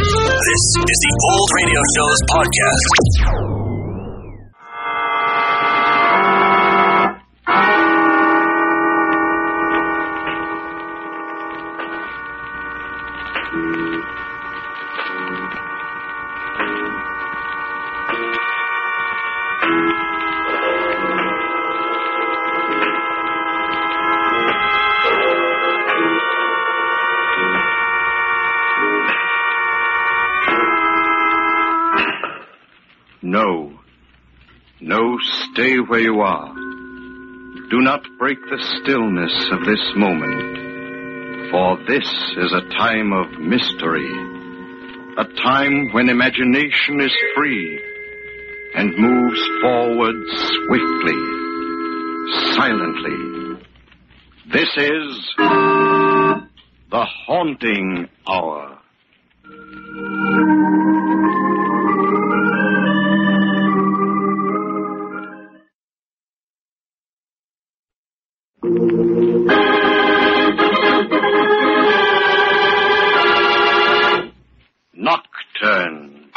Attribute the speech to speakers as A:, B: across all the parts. A: This is the Old Radio Show's podcast.
B: No. No, stay where you are. Do not break the stillness of this moment. For this is a time of mystery. A time when imagination is free and moves forward swiftly, silently. This is the haunting hour. Nocturne.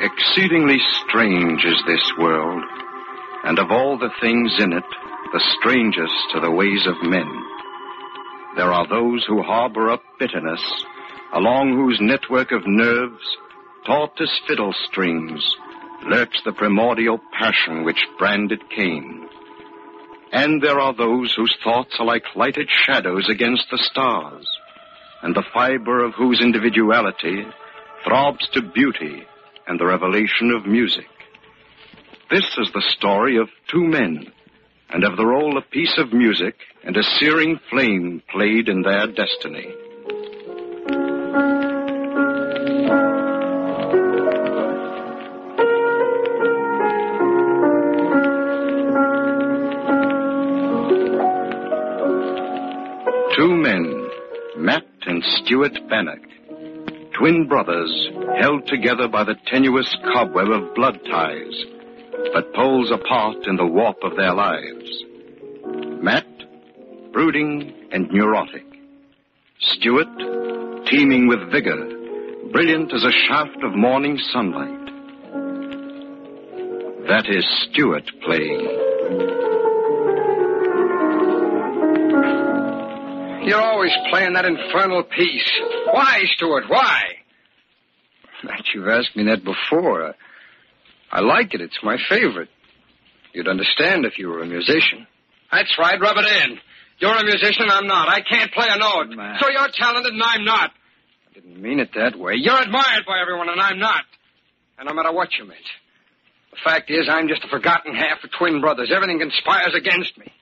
B: Exceedingly strange is this world, and of all the things in it, the strangest are the ways of men. There are those who harbor a bitterness, along whose network of nerves, taut as fiddle strings, lurks the primordial passion which branded Cain. And there are those whose thoughts are like lighted shadows against the stars, and the fiber of whose individuality throbs to beauty and the revelation of music. This is the story of two men, and of the role a piece of music and a searing flame played in their destiny. Two men, Matt and Stuart Bannock, twin brothers held together by the tenuous cobweb of blood ties, but poles apart in the warp of their lives. Matt, brooding and neurotic. Stuart, teeming with vigor, brilliant as a shaft of morning sunlight. That is Stuart playing.
C: You're always playing that infernal piece. Why, Stuart? Why?
D: Matt, you've asked me that before. I, I like it. It's my favorite. You'd understand if you were a musician.
C: That's right. Rub it in. You're a musician. I'm not. I can't play a note.
D: Matt.
C: So you're talented, and I'm not.
D: I didn't mean it that way.
C: You're admired by everyone, and I'm not. And no matter what you meant, the fact is, I'm just a forgotten half of twin brothers. Everything conspires against me.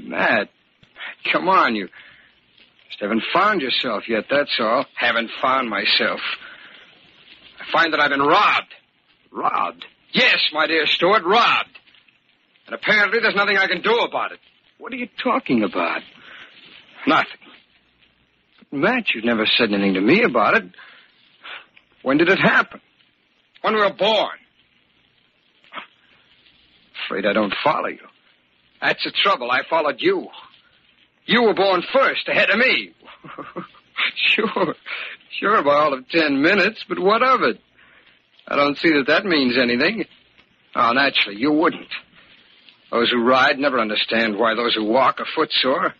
D: Matt, come on. You just haven't found yourself yet, that's all.
C: Haven't found myself. I find that I've been robbed.
D: Robbed?
C: Yes, my dear Stuart, robbed. And apparently, there's nothing I can do about it.
D: What are you talking about?
C: Nothing.
D: Matt, you've never said anything to me about it. When did it happen?
C: When we were born.
D: Afraid I don't follow you.
C: That's the trouble. I followed you. You were born first, ahead of me.
D: sure. Sure, by all of ten minutes, but what of it? I don't see that that means anything.
C: Oh, naturally, you wouldn't.
D: Those who ride never understand why those who walk are footsore.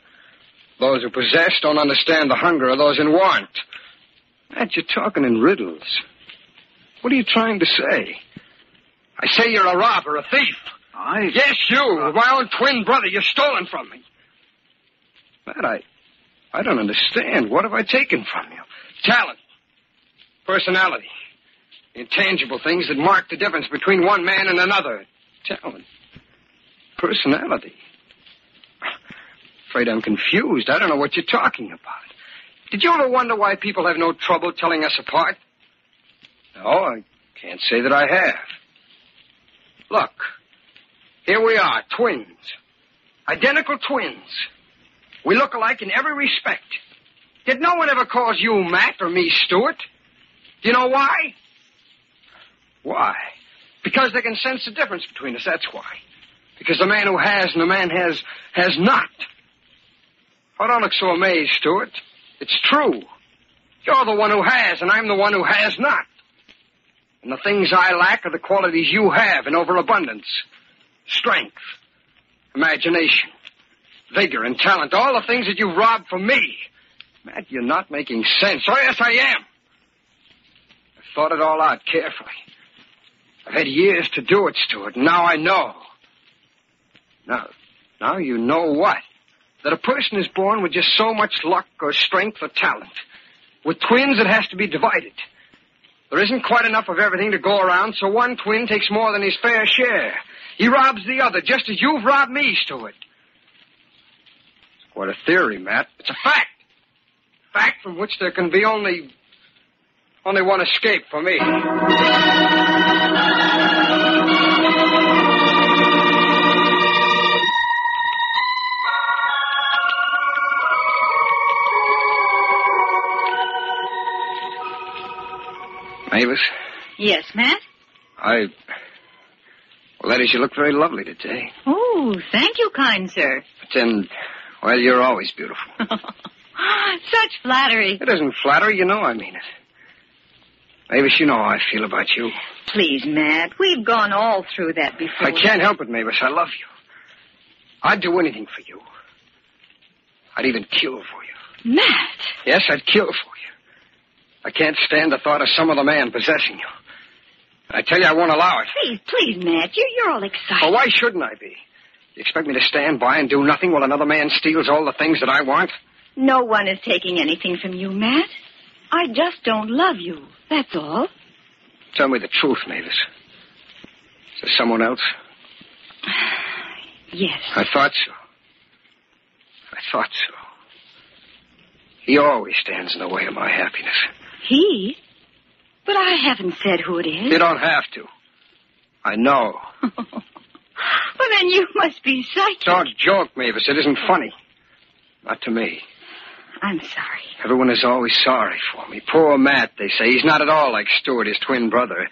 C: Those who possess don't understand the hunger of those in want.
D: Matt, you're talking in riddles. What are you trying to say?
C: I say you're a robber, a thief.
D: I. Uh,
C: Yes, you, my own twin brother. You've stolen from me.
D: Matt, I. I don't understand. What have I taken from you?
C: Talent, personality, intangible things that mark the difference between one man and another.
D: Talent. Personality. Afraid I'm confused. I don't know what you're talking about.
C: Did you ever wonder why people have no trouble telling us apart?
D: No, I can't say that I have.
C: Look, here we are, twins. Identical twins. We look alike in every respect. Did no one ever calls you Matt or me Stuart? Do you know why?
D: Why?
C: Because they can sense the difference between us, that's why. Because the man who has and the man has has not. Oh, don't look so amazed, Stuart. It's true. You're the one who has, and I'm the one who has not. And the things I lack are the qualities you have in overabundance strength, imagination, vigor, and talent. All the things that you've robbed from me. Matt, you're not making sense. Oh, yes, I am. I've thought it all out carefully. I've had years to do it, Stuart, and now I know. Now, now you know what? That a person is born with just so much luck or strength or talent. With twins, it has to be divided. There isn't quite enough of everything to go around, so one twin takes more than his fair share. He robs the other, just as you've robbed me, Stuart.
D: What a theory, Matt.
C: It's a fact. Fact from which there can be only. only one escape for me.
D: Mavis,
E: Yes, Matt?
D: I. Well, that is, you look very lovely today.
E: Oh, thank you, kind sir.
D: But then, well, you're always beautiful.
E: Such flattery.
D: It isn't flattery, you know I mean it. Mavis, you know how I feel about you.
E: Please, Matt, we've gone all through that before.
D: I can't help it, Mavis. I love you. I'd do anything for you. I'd even kill for you.
E: Matt!
D: Yes, I'd kill for you. I can't stand the thought of some other man possessing you. I tell you, I won't allow it.
E: Please, please, Matt, you're, you're all excited.
D: Well, Oh, why shouldn't I be? You expect me to stand by and do nothing while another man steals all the things that I want?
E: No one is taking anything from you, Matt. I just don't love you, that's all.
D: Tell me the truth, Mavis. Is there someone else?
E: Yes.
D: I thought so. I thought so. He always stands in the way of my happiness.
E: He? But I haven't said who it is.
D: You don't have to. I know.
E: well, then you must be psychic.
D: Don't joke, Mavis. It isn't funny. Not to me.
E: I'm sorry.
D: Everyone is always sorry for me. Poor Matt, they say. He's not at all like Stuart, his twin brother.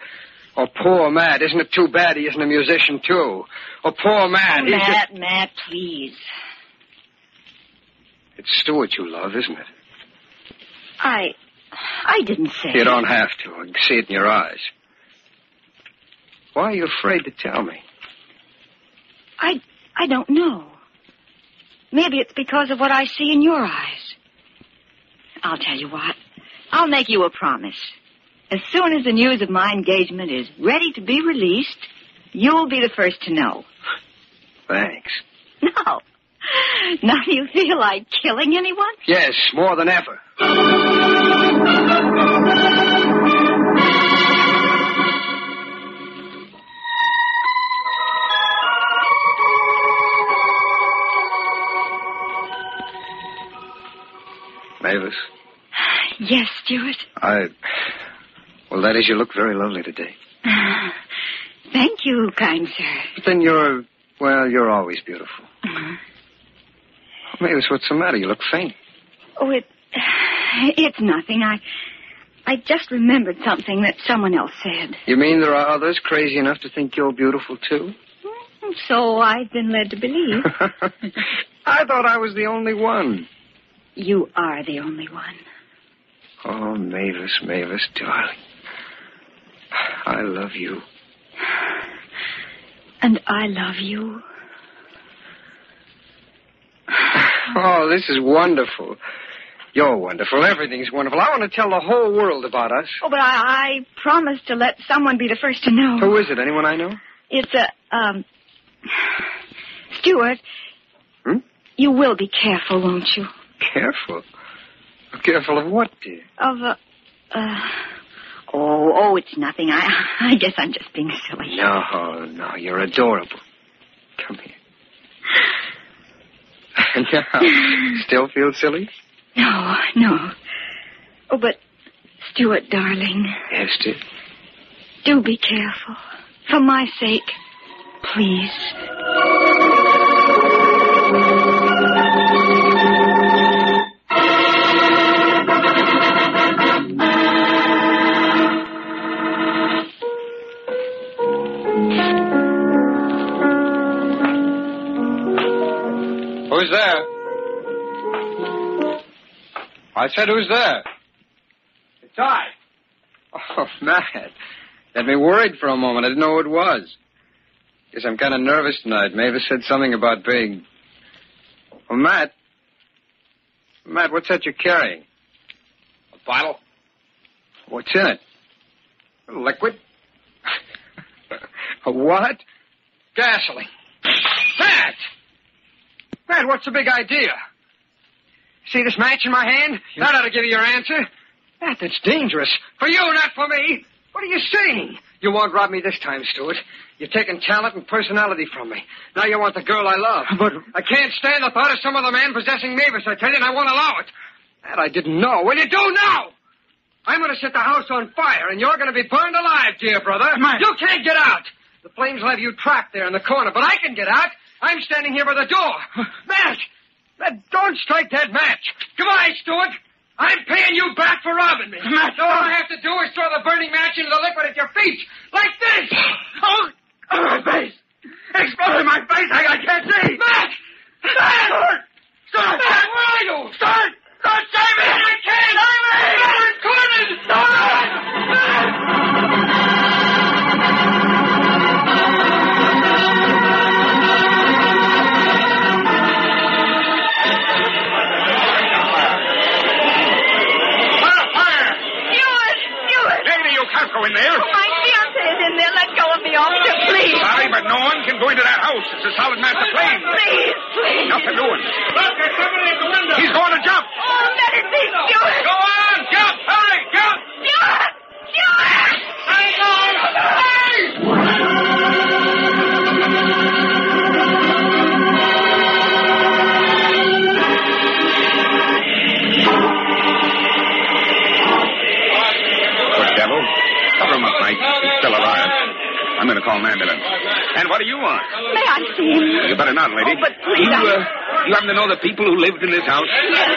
D: Oh, poor Matt. Isn't it too bad he isn't a musician, too? Oh, poor Matt.
E: Oh,
D: he's just-
E: Matt, Matt, please.
D: It's Stuart you love, isn't it?
E: I, I didn't say.
D: You don't have to. I can see it in your eyes. Why are you afraid to tell me?
E: I, I don't know. Maybe it's because of what I see in your eyes. I'll tell you what. I'll make you a promise. As soon as the news of my engagement is ready to be released, you'll be the first to know.
D: Thanks.
E: No. Now you feel like killing anyone?
D: Yes, more than ever. Mavis,
E: Yes, Stuart.
D: I. Well, that is, you look very lovely today.
E: Thank you, kind sir.
D: But then you're. Well, you're always beautiful. Mavis, what's the matter? You look faint.
E: Oh, it, it's nothing. I, I just remembered something that someone else said.
D: You mean there are others crazy enough to think you're beautiful, too?
E: So I've been led to believe.
D: Hmm? I thought I was the only one.
E: you are the only one.
D: Oh, Mavis, Mavis, darling. I love you.
E: And I love you.
D: Oh, this is wonderful. You're wonderful. Everything's wonderful. I want to tell the whole world about us.
E: Oh, but I, I promised to let someone be the first to know.
D: Who is it? Anyone I know?
E: It's a, um, Stuart.
D: Hmm?
E: You will be careful, won't you?
D: Careful. Careful of what, dear?
E: Of, uh, uh, oh, oh, it's nothing. I, I guess I'm just being silly.
D: No, no, you're adorable. Come here. now, still feel silly?
E: No, no. Oh, but, Stuart, darling,
D: Yes, dear.
E: do be careful. For my sake, please.
D: Who's there?
F: I said, who's there?
D: It's I.
F: Oh, Matt. Had me worried for a moment. I didn't know who it was. Guess I'm kind of nervous tonight. Mavis said something about being. Well, Matt. Matt, what's that you're carrying?
D: A bottle?
F: What's in it?
D: A liquid?
F: A what?
D: Gasoline. Matt! Matt, what's the big idea? See this match in my hand? That ought to give you your answer. Matt, that's dangerous. For you, not for me. What are you saying? You won't rob me this time, Stuart. You've taken talent and personality from me. Now you want the girl I love.
F: But-
D: I can't stand the thought of some other man possessing Mavis, I tell you, and I won't allow it. That I didn't know. Well, you do now! I'm going to set the house on fire, and you're going to be burned alive, dear brother. You can't get out. The flames will have you trapped there in the corner, but I can get out. I'm standing here by the door. Matt! Matt, don't strike that match. Goodbye, Stuart. I'm paying you back for robbing me. Matt, all I have to do is throw the burning match into the liquid at your feet, like this. Oh, oh my face! Exploded my face. I, I can't see. Matt! Matt! Stop! Matt, where are you? Stop! Stop! Save me! I can't! Save me! I'm cornered!
E: Stuart! Stuart!
G: Lady, you can't go in there.
E: Oh, My fiance is in there. Let go of me, officer, please.
G: Sorry, but no one can go into that house. It's a solid master plane.
E: Please, please.
G: Nothing doing. Look, there's somebody at the window. He's going to jump.
E: Oh, let it be, Stuart!
G: Go on, jump. Hurry, jump.
E: Stuart! Stuart!
G: Hang on.
B: Good devil. Cover him up, Mike. He's still alive. I'm going to call an ambulance. And what do you want?
E: May I see him?
B: You better not, lady.
E: Oh, but
B: You,
E: please, I-
B: uh, you happen to know the people who lived in this house?
E: Yes.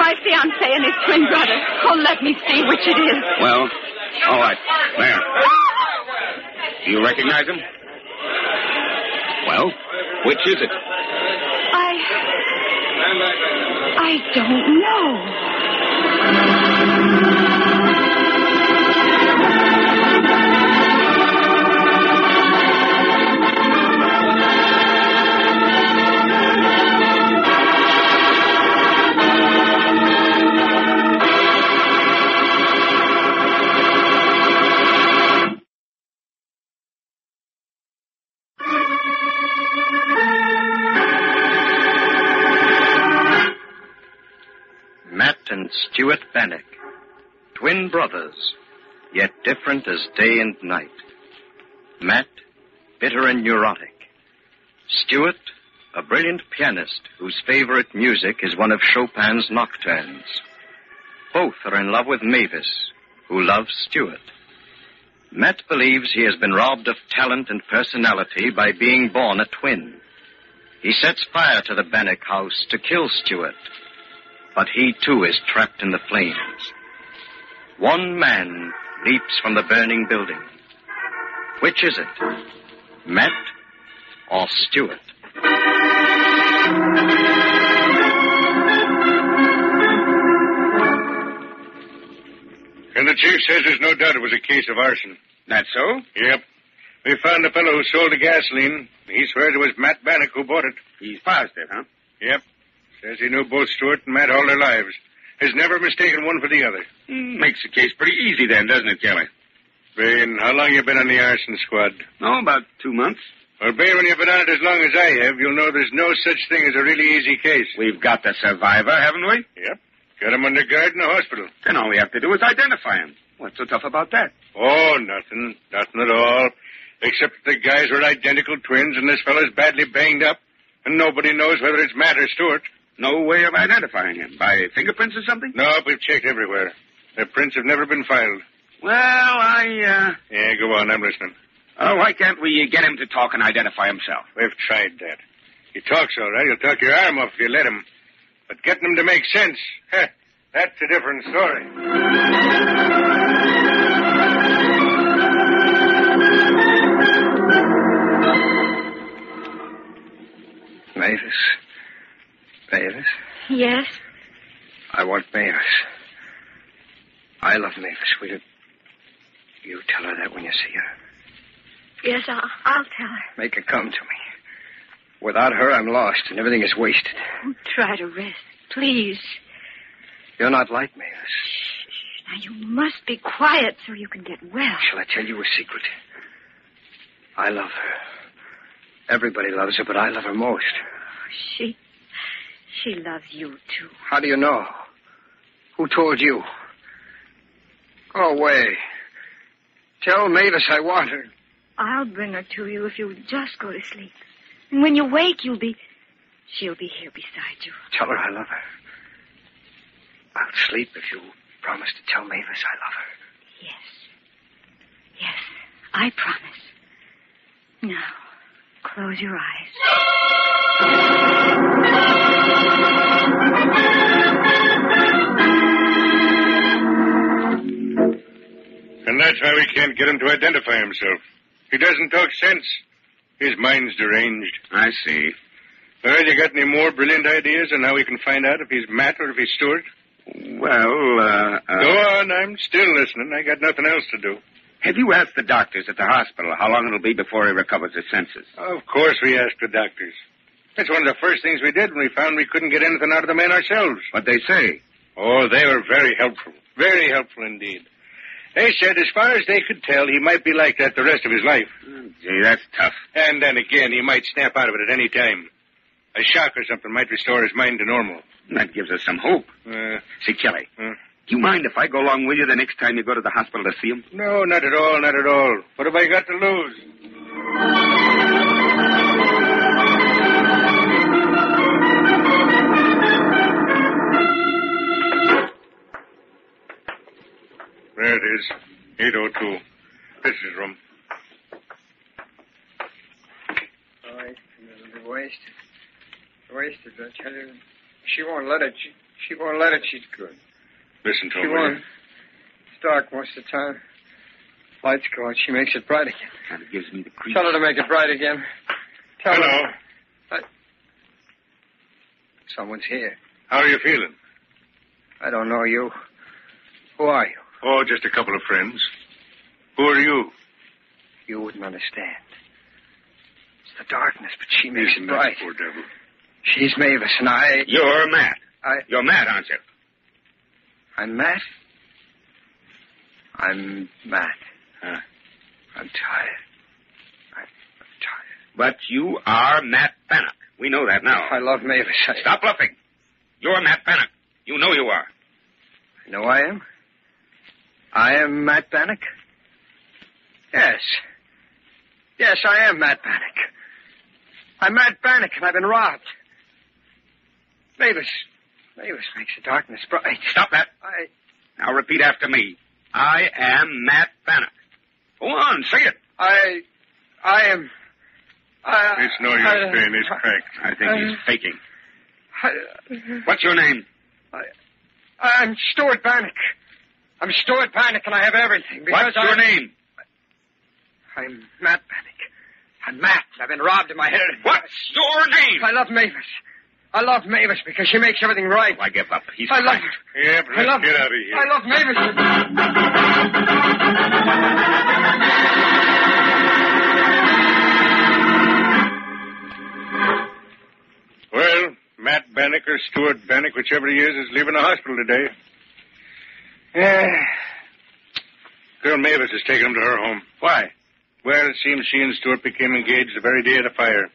E: My fiance and his twin brother. Oh, let me see which it is.
B: Well, all right. There. Do you recognize him? Well, which is it?
E: I. I don't know.
B: Matt and Stuart Bannock. Twin brothers, yet different as day and night. Matt, bitter and neurotic. Stuart, a brilliant pianist whose favorite music is one of Chopin's nocturnes. Both are in love with Mavis, who loves Stuart. Matt believes he has been robbed of talent and personality by being born a twin. He sets fire to the Bannock house to kill Stuart, but he too is trapped in the flames. One man leaps from the burning building. Which is it? Matt or Stuart?
H: And the chief says there's no doubt it was a case of arson.
B: That so?
H: Yep. We found the fellow who sold the gasoline. He swears it was Matt Bannock who bought it.
B: He's positive, huh?
H: Yep. Says he knew both Stewart and Matt all their lives. Has never mistaken one for the other.
B: Hmm, Makes the case pretty easy then, doesn't it, Kelly?
H: Bain, how long you been on the arson squad?
B: No, about two months.
H: Well, Bain, when you've been on it as long as I have, you'll know there's no such thing as a really easy case.
B: We've got the survivor, haven't we?
H: Yep. Got him under guard in the hospital.
B: Then all we have to do is identify him. What's so tough about that?
H: Oh, nothing. Nothing at all. Except that the guys were identical twins and this fellow's badly banged up. And nobody knows whether it's Matt or Stewart.
B: No way of identifying him. By fingerprints or something?
H: No, we've checked everywhere. Their prints have never been filed.
B: Well, I,
H: Yeah, go on. I'm listening.
B: uh... Oh, why can't we get him to talk and identify himself?
H: We've tried that. He talks all right. He'll talk your arm off if you let him. But getting him to make sense, heh, that's a different story.
F: Mavis.
D: Mavis,
E: Yes?
D: I want Mavis. I love Mavis. Will you? You tell her that when you see her.
E: Yes, I'll, I'll tell her.
D: Make her come to me. Without her, I'm lost and everything is wasted.
E: Oh, try to rest, please.
D: You're not like Mavis.
E: Now, you must be quiet so you can get well.
D: Shall I tell you a secret? I love her. Everybody loves her, but I love her most.
E: She. She loves you, too.
D: How do you know? Who told you? Go away. Tell Mavis I want her.
E: I'll bring her to you if you'll just go to sleep. And when you wake, you'll be. She'll be here beside you.
D: Tell her I love her. I'll sleep if you promise to tell Mavis I love her.
E: Yes. Yes, I promise. Now, close your eyes.
H: And that's why we can't get him to identify himself. He doesn't talk sense. His mind's deranged.
B: I see.
H: Well, you got any more brilliant ideas on how we can find out if he's Matt or if he's Stewart?
B: Well, uh, uh,
H: Go on, I'm still listening. I got nothing else to do.
B: have you asked the doctors at the hospital how long it'll be before he recovers his senses?
H: Of course we asked the doctors. That's one of the first things we did when we found we couldn't get anything out of the man ourselves.
B: What they say?
H: Oh, they were very helpful. Very helpful indeed. They said as far as they could tell, he might be like that the rest of his life.
B: Gee, that's tough.
H: And then again, he might snap out of it at any time. A shock or something might restore his mind to normal.
B: That gives us some hope.
H: Uh,
B: See, Kelly,
H: Hmm?
B: do you mind if I go along with you the next time you go to the hospital to see him?
H: no, not at all, not at all. What have I got to lose? There it is. 802. This is room.
D: Wasted. Wasted, I tell you. She won't let it. She, she won't let it. She's good.
H: Listen to
D: She
H: him. will you?
D: won't. It's dark most of the time. Lights go out. She makes it bright again.
B: Kind of gives me the creeps.
D: Tell her to make it bright again. Tell her.
H: Hello.
D: Someone's here.
H: How are you feeling?
D: I don't know you. Who are you?
H: Oh, just a couple of friends. Who are you?
D: You wouldn't understand. It's the darkness, but she makes
H: Isn't
D: it
H: that
D: bright.
H: Poor devil.
D: She's Mavis, and I.
B: You're Matt.
D: I-
B: You're Matt, aren't you?
D: I'm Matt. I'm Matt.
B: Huh.
D: I'm tired. I'm, I'm tired.
B: But you are Matt Bannock. We know that now.
D: I love Mavis. I,
B: Stop bluffing. You're Matt Bannock. You know you are.
D: You know I am? I am Matt Bannock? Yes. Yes, I am Matt Bannock. I'm Matt Bannock, and I've been robbed. Mavis. Mavis makes the darkness bright.
B: Stop that.
D: I.
B: Now repeat after me. I am Matt Bannock. Go on, say it.
D: I. I am. I.
H: It's no use
D: I-
H: staying. He's cracked.
B: I think he's
D: uh,
B: faking.
D: I,
B: What's your name?
D: I'm Stuart Bannock. I'm Stuart Bannock, and I have everything. Because
B: What's your
D: I'm,
B: name?
D: I'm Matt Bannock. I'm Matt. I've been robbed of my head.
B: What's your name?
D: I love Mavis. I love Mavis because she makes everything right.
B: I give up. He's
D: I love
B: cracked.
D: her.
H: Yep,
D: I
H: let's
D: love
H: get out of here.
D: I love Mavis.
H: Well, Matt Bannock or Stuart Bannock, whichever he is, is leaving the hospital today. Yeah. Girl Mavis is taking him to her home. Why? Well, it seems she and Stuart became engaged the very day of the fire.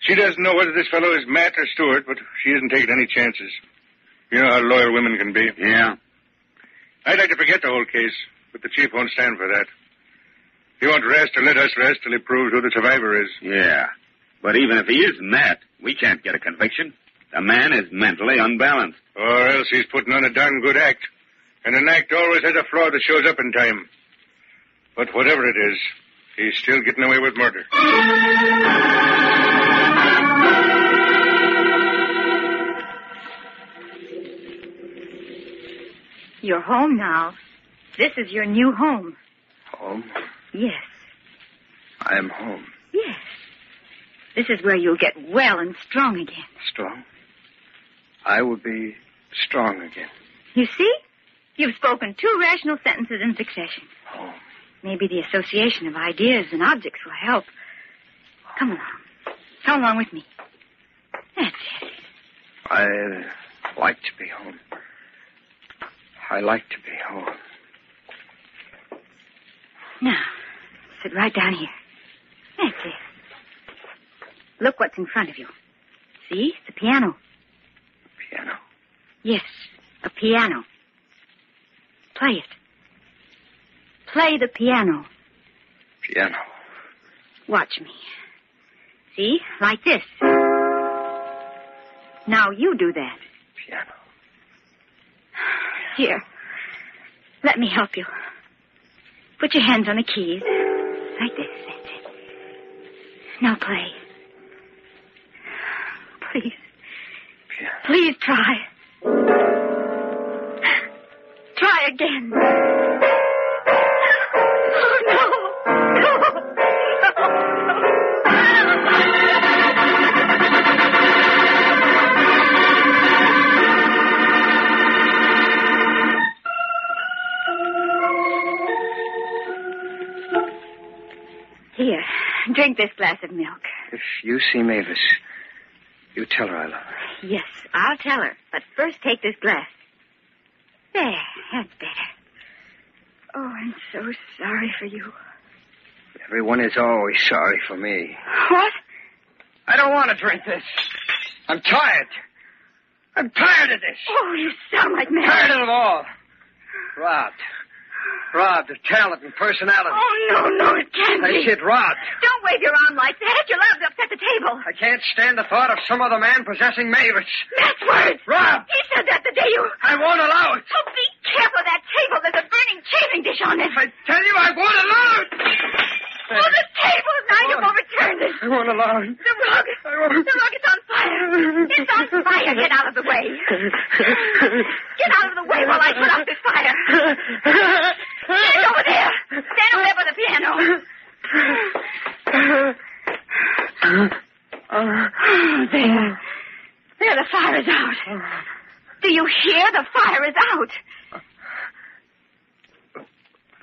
H: She doesn't know whether this fellow is Matt or Stuart, but she isn't taking any chances. You know how loyal women can be.
B: Yeah.
H: I'd like to forget the whole case, but the chief won't stand for that. He won't rest or let us rest till he proves who the survivor is.
B: Yeah. But even if he is Matt, we can't get a conviction. The man is mentally unbalanced.
H: Or else he's putting on a darn good act. And an act always has a flaw that shows up in time. But whatever it is, he's still getting away with murder.
E: You're home now. This is your new home.
D: Home.
E: Yes,
D: I am home.
E: yes. This is where you'll get well and strong again.
D: Strong. I would be strong again.
E: You see? You've spoken two rational sentences in succession.
D: Oh.
E: Maybe the association of ideas and objects will help. Come along. Come along with me. That's it.
D: I like to be home. I like to be home.
E: Now, sit right down here. That's it. Look what's in front of you. See? It's a piano.
D: Piano.
E: Yes, a piano. Play it. Play the piano.
D: Piano.
E: Watch me. See? Like this. Now you do that.
D: Piano.
E: Here. Let me help you. Put your hands on the keys. Like this. That's it. Now play. Please.
D: Piano.
E: Please try. Try again. Oh, no. No. Here, drink this glass of milk.
D: If you see Mavis, you tell her I love her.
E: Yes, I'll tell her. But first, take this glass. There, that's better. Oh, I'm so sorry for you.
D: Everyone is always sorry for me.
E: What?
D: I don't want to drink this. I'm tired. I'm tired of this.
E: Oh, you sound like
D: Tired
E: mad.
D: of it all. Robbed. Robbed of talent and personality.
E: Oh, no, no, it can't
D: I
E: be.
D: said robbed.
E: Don't wave your arm like that. You're allowed to upset the table.
D: I can't stand the thought of some other man possessing Mavis.
E: That's words.
D: Robbed.
E: He said that the day you...
D: I won't allow it.
E: Oh, be careful of that table. There's a burning chafing dish on it.
D: I tell you, I won't allow it.
E: Oh, the table. Now you've
D: Oh.
E: overturned it.
D: I won't allow it.
E: The rug. The rug is on fire. It's on fire. Get out of the way. Get out of the way while I put out this fire. Stand over there. Stand over there by the piano. Oh, There. There, the fire is out. Do you hear? The fire is out.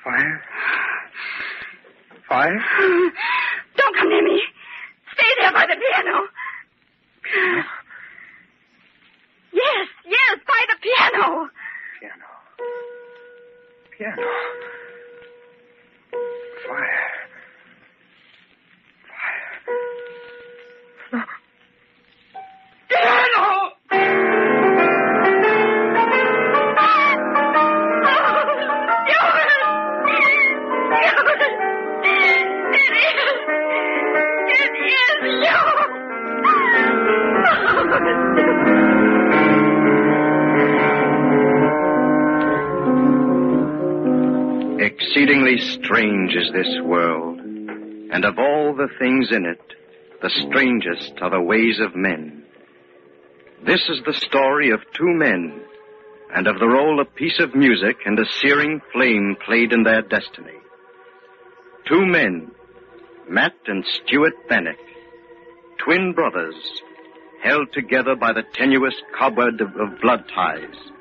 D: Fire? Fire?
E: Don't come near me. Stay there by the piano. Yes, yes, by the piano.
D: Piano. Piano. Fire. Fire. Piano!
B: Exceedingly strange is this world, and of all the things in it, the strangest are the ways of men. This is the story of two men, and of the role a piece of music and a searing flame played in their destiny. Two men, Matt and Stuart Bannock, twin brothers, held together by the tenuous cobweb of- of blood ties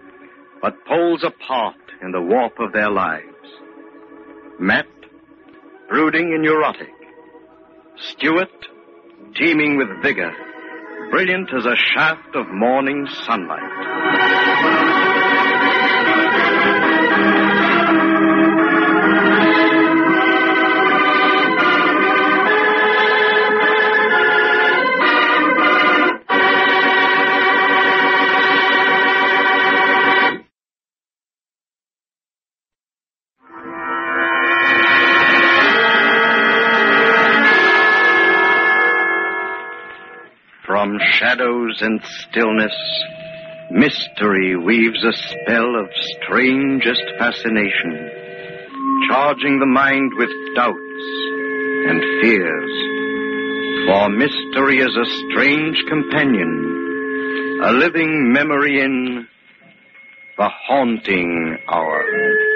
B: but poles apart in the warp of their lives. Matt, brooding and neurotic. Stuart, teeming with vigor, brilliant as a shaft of morning sunlight. From shadows and stillness, mystery weaves a spell of strangest fascination, charging the mind with doubts and fears. For mystery is a strange companion, a living memory in the haunting hour.